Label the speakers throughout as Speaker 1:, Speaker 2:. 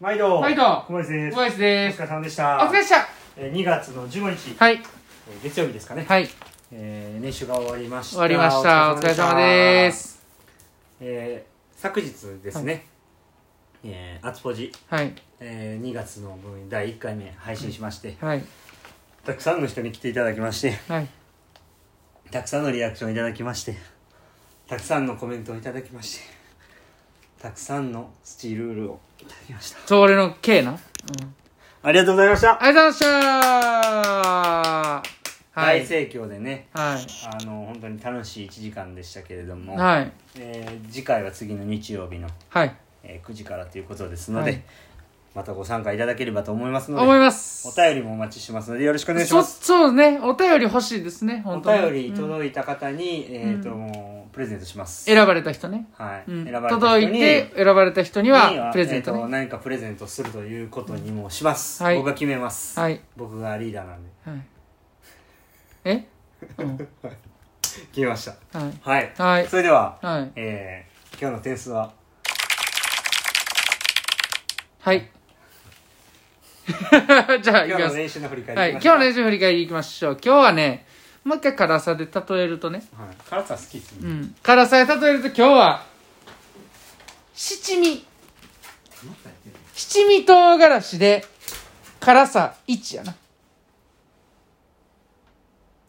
Speaker 1: 毎度
Speaker 2: 毎度
Speaker 1: 小林です
Speaker 2: 小林で
Speaker 1: お疲
Speaker 2: す。
Speaker 1: れ様でし
Speaker 2: お
Speaker 1: た
Speaker 2: 疲れっした。
Speaker 1: えー2月の15日、
Speaker 2: はい。
Speaker 1: えー月曜日ですかね、
Speaker 2: はい。
Speaker 1: えー、練習が終わりました
Speaker 2: 終わりました。お疲れ様で
Speaker 1: した
Speaker 2: す。
Speaker 1: えー昨日ですね、えー、アツポジ、
Speaker 2: はい。
Speaker 1: えー、2月の分第1回目配信しまして、
Speaker 2: はい。
Speaker 1: たくさんの人に来ていただきまして
Speaker 2: はい。
Speaker 1: たくさんのリアクションいただきましてたくさんのコメントをいただきましてたくさんのスチールールをいただきました
Speaker 2: それの K な。うん。
Speaker 1: ありがとうございました、
Speaker 2: ありがとうございました。は
Speaker 1: 大
Speaker 2: い。
Speaker 1: 盛況でね
Speaker 2: はい。
Speaker 1: あの本当に楽しい1時間でしたけれども、
Speaker 2: はい。
Speaker 1: えー次回は次の日曜日の、
Speaker 2: はい。
Speaker 1: えー9時からということですので、
Speaker 2: はい
Speaker 1: またご参加いただければと思いますの
Speaker 2: 思い
Speaker 1: で
Speaker 2: ます。
Speaker 1: お便りもお待ちしてますのでよろしくお願いし
Speaker 2: そ
Speaker 1: ます
Speaker 2: そうね。お便り欲しいですね。
Speaker 1: お
Speaker 2: 本当に
Speaker 1: 便り届いた方に、えーとプレゼントします、
Speaker 2: 選ばれた人ね。
Speaker 1: はい、
Speaker 2: うん。
Speaker 1: 選ばれた
Speaker 2: 届
Speaker 1: 人
Speaker 2: い
Speaker 1: に
Speaker 2: て、選ばれた人に
Speaker 1: に
Speaker 2: は、プレゼント
Speaker 1: えーと
Speaker 2: ね。
Speaker 1: 何かプレゼントするということにもします、
Speaker 2: はい
Speaker 1: 僕が決めます、
Speaker 2: はい。
Speaker 1: 僕がリーダーなんで
Speaker 2: はい。えうん。
Speaker 1: 決めました
Speaker 2: はい。
Speaker 1: はい、
Speaker 2: はい
Speaker 1: それでは、
Speaker 2: はい。
Speaker 1: えー今日の点数は
Speaker 2: はい。 じゃあ、
Speaker 1: 今
Speaker 2: いき
Speaker 1: 日
Speaker 2: ま
Speaker 1: の
Speaker 2: す。
Speaker 1: 練習の振り返
Speaker 2: は
Speaker 1: り
Speaker 2: い、
Speaker 1: 行
Speaker 2: 今
Speaker 1: きま
Speaker 2: 日
Speaker 1: しょ
Speaker 2: の練習振り返りいきましょう今日はねもう一回辛さで例えるとね、
Speaker 1: うはい、辛さ好きですね、
Speaker 2: うん、辛さで例えると今日は七味七味唐辛子で辛さ1やな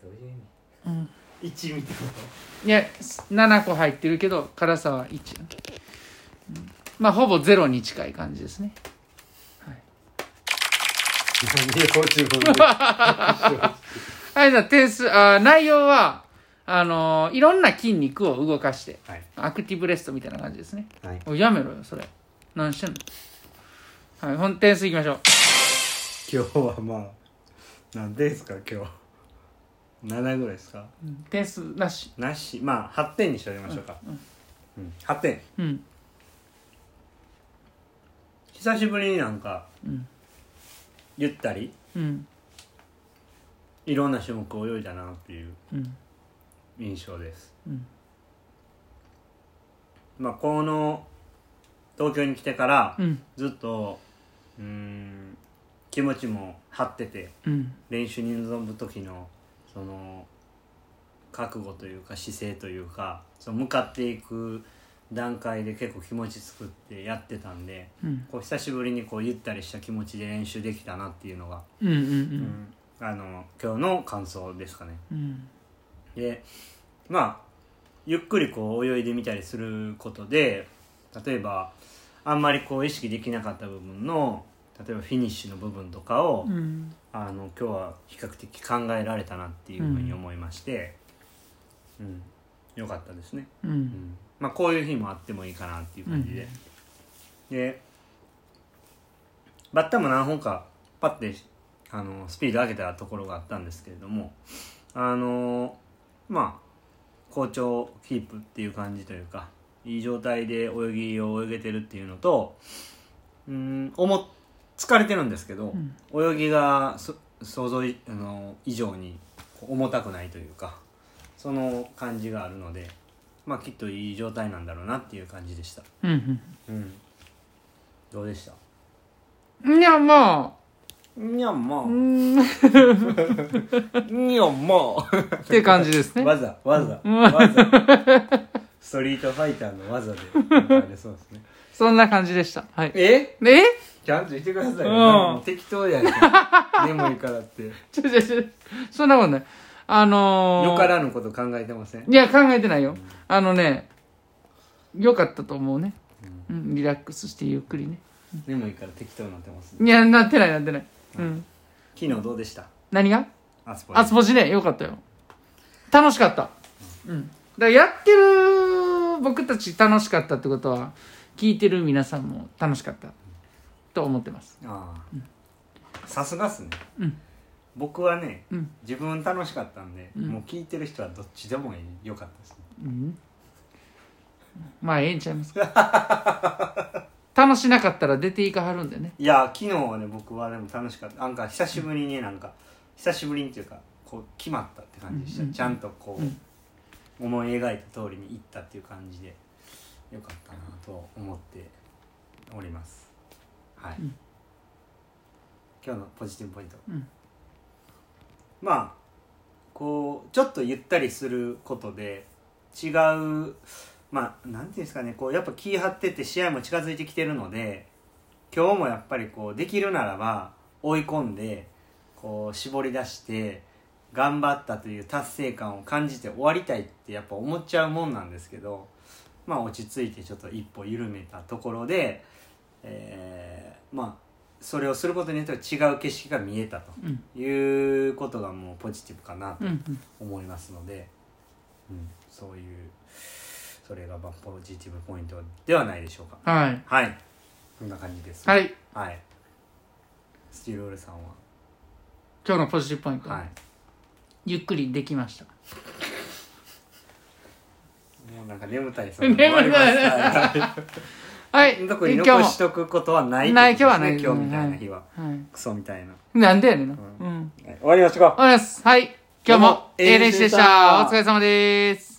Speaker 1: どういう意味、一味ってこ
Speaker 2: いや7個入ってるけど辛さは1やな、うんまあほぼゼロに近い感じですね
Speaker 1: と何でこっちの方
Speaker 2: はいじゃあ点数あー内容はあのーいろんな筋肉を動かして
Speaker 1: はい、
Speaker 2: アクティブレストみたいな感じですね
Speaker 1: はい、
Speaker 2: おいやめろよそれ何してんのはい本点数いきましょう
Speaker 1: 今日はまあなんでですか今日7ぐらいですか
Speaker 2: うん点数なし
Speaker 1: なしまあ8点にしてあげましょうか、うん8点
Speaker 2: うん
Speaker 1: 久しぶりになんか、
Speaker 2: うん
Speaker 1: ゆったり
Speaker 2: うん
Speaker 1: いろんな種目を泳いだなっていう
Speaker 2: うん
Speaker 1: 印象です、
Speaker 2: うん
Speaker 1: まあこの東京に来てから
Speaker 2: うん
Speaker 1: ずっとうーん気持ちも張ってて
Speaker 2: うん
Speaker 1: 練習に臨む時のその覚悟というか姿勢というかその向かっていく段階で結構気持ち作ってやってたんで
Speaker 2: うん
Speaker 1: こう久しぶりにこうゆったりした気持ちで練習できたなっていうのが、
Speaker 2: うんうん
Speaker 1: うんあの今日の感想ですかね。
Speaker 2: うんうん
Speaker 1: でまあゆっくりこう泳いでみたりすることで例えばあんまりこう意識できなかった部分の例えばフィニッシュの部分とかを、
Speaker 2: うん
Speaker 1: あの今日は比較的考えられたなっていうふうに思いまして、うんよかったですね、
Speaker 2: う
Speaker 1: うんんまあ、こういう日もあってもいいかなっていう感じで、でバッタも何本かパッてあのスピード上げたところがあったんですけれどもあのまあ好調キープっていう感じというかいい状態で泳ぎを泳げてるっていうのとうん思っ疲れてるんですけど、
Speaker 2: ん
Speaker 1: 泳ぎがそ想像いあの以上にこう重たくないというかその感じがあるので、まあ、きっといい状態なんだろうなっていう感じでした。
Speaker 2: うん
Speaker 1: うん、どうでした
Speaker 2: うんいやま
Speaker 1: にゃんま
Speaker 2: あうーんっ
Speaker 1: にゃんま
Speaker 2: て感じですね
Speaker 1: わざわざわざストリートファイターの技であれそうですね
Speaker 2: そんな感じでしたはい
Speaker 1: え
Speaker 2: え
Speaker 1: ちゃんと言ってくださいよ、
Speaker 2: うん
Speaker 1: もう適当やねん眠いからってよ
Speaker 2: ちょちょちょそんなことないあのー、
Speaker 1: からぬこと考えてません
Speaker 2: いや考えてないよあのねよかったと思うねうんリラックスしてゆっくりね
Speaker 1: 眠いから適当になってますね
Speaker 2: いやなってないなってないうん
Speaker 1: 昨日どうでした
Speaker 2: 何が
Speaker 1: アスポ
Speaker 2: あつぼしね、よかったよ。楽しかった。うん。だからやってる僕たち楽しかったってことは、聞いてる皆さんも楽しかったと思ってます。
Speaker 1: ああさすがっすね、
Speaker 2: うん
Speaker 1: 僕はね、
Speaker 2: うん
Speaker 1: 自分楽しかったんで、もう聞いてる人はどっちでもいいよかったですね
Speaker 2: うん。まあ、ええんちゃいますか。 楽しなかったら出ていかはるんでね。
Speaker 1: いや昨日はね僕はでも楽しかったなんか久しぶりにねなんか久しぶりにっていうかこう決まったって感じでした、
Speaker 2: うんうんうん
Speaker 1: ちゃんとこう、
Speaker 2: うん
Speaker 1: 思い描いた通りに行ったっていう感じでよかったなと思っておりますはい、
Speaker 2: うん
Speaker 1: 今日のポジティブポイント、
Speaker 2: うん
Speaker 1: まあこうちょっとゆったりすることで違うまあなんていうんですかねこうやっぱ気張ってて試合も近づいてきてるので今日もやっぱりこうできるならば追い込んでこう絞り出して頑張ったという達成感を感じて終わりたいってやっぱ思っちゃうもんなんですけどまあ落ち着いてちょっと一歩緩めたところで、えーまあそれをすることによって違う景色が見えた
Speaker 2: うんうん
Speaker 1: ということがもうポジティブかなと
Speaker 2: うん
Speaker 1: 思いますので、うん、そういうそれがまあポジティブポイントではないでしょうか
Speaker 2: はい
Speaker 1: はいこんな感じです
Speaker 2: はい
Speaker 1: はいスチールウールさんは
Speaker 2: 今日のポジティブポイント、
Speaker 1: はい
Speaker 2: ゆっくりできました
Speaker 1: もうなんか眠たいさ
Speaker 2: 眠たい
Speaker 1: は
Speaker 2: はい
Speaker 1: い
Speaker 2: 今
Speaker 1: 特に
Speaker 2: 日も
Speaker 1: 残しとくことはない
Speaker 2: ない今日はない
Speaker 1: 今日みたいな日は
Speaker 2: は
Speaker 1: クソみたいな、はい
Speaker 2: なんでやねんなうん
Speaker 1: い終わりましょうか
Speaker 2: おはようございます。はい。今日も、ええ練習でし
Speaker 1: どうも
Speaker 2: た。お疲れ様です。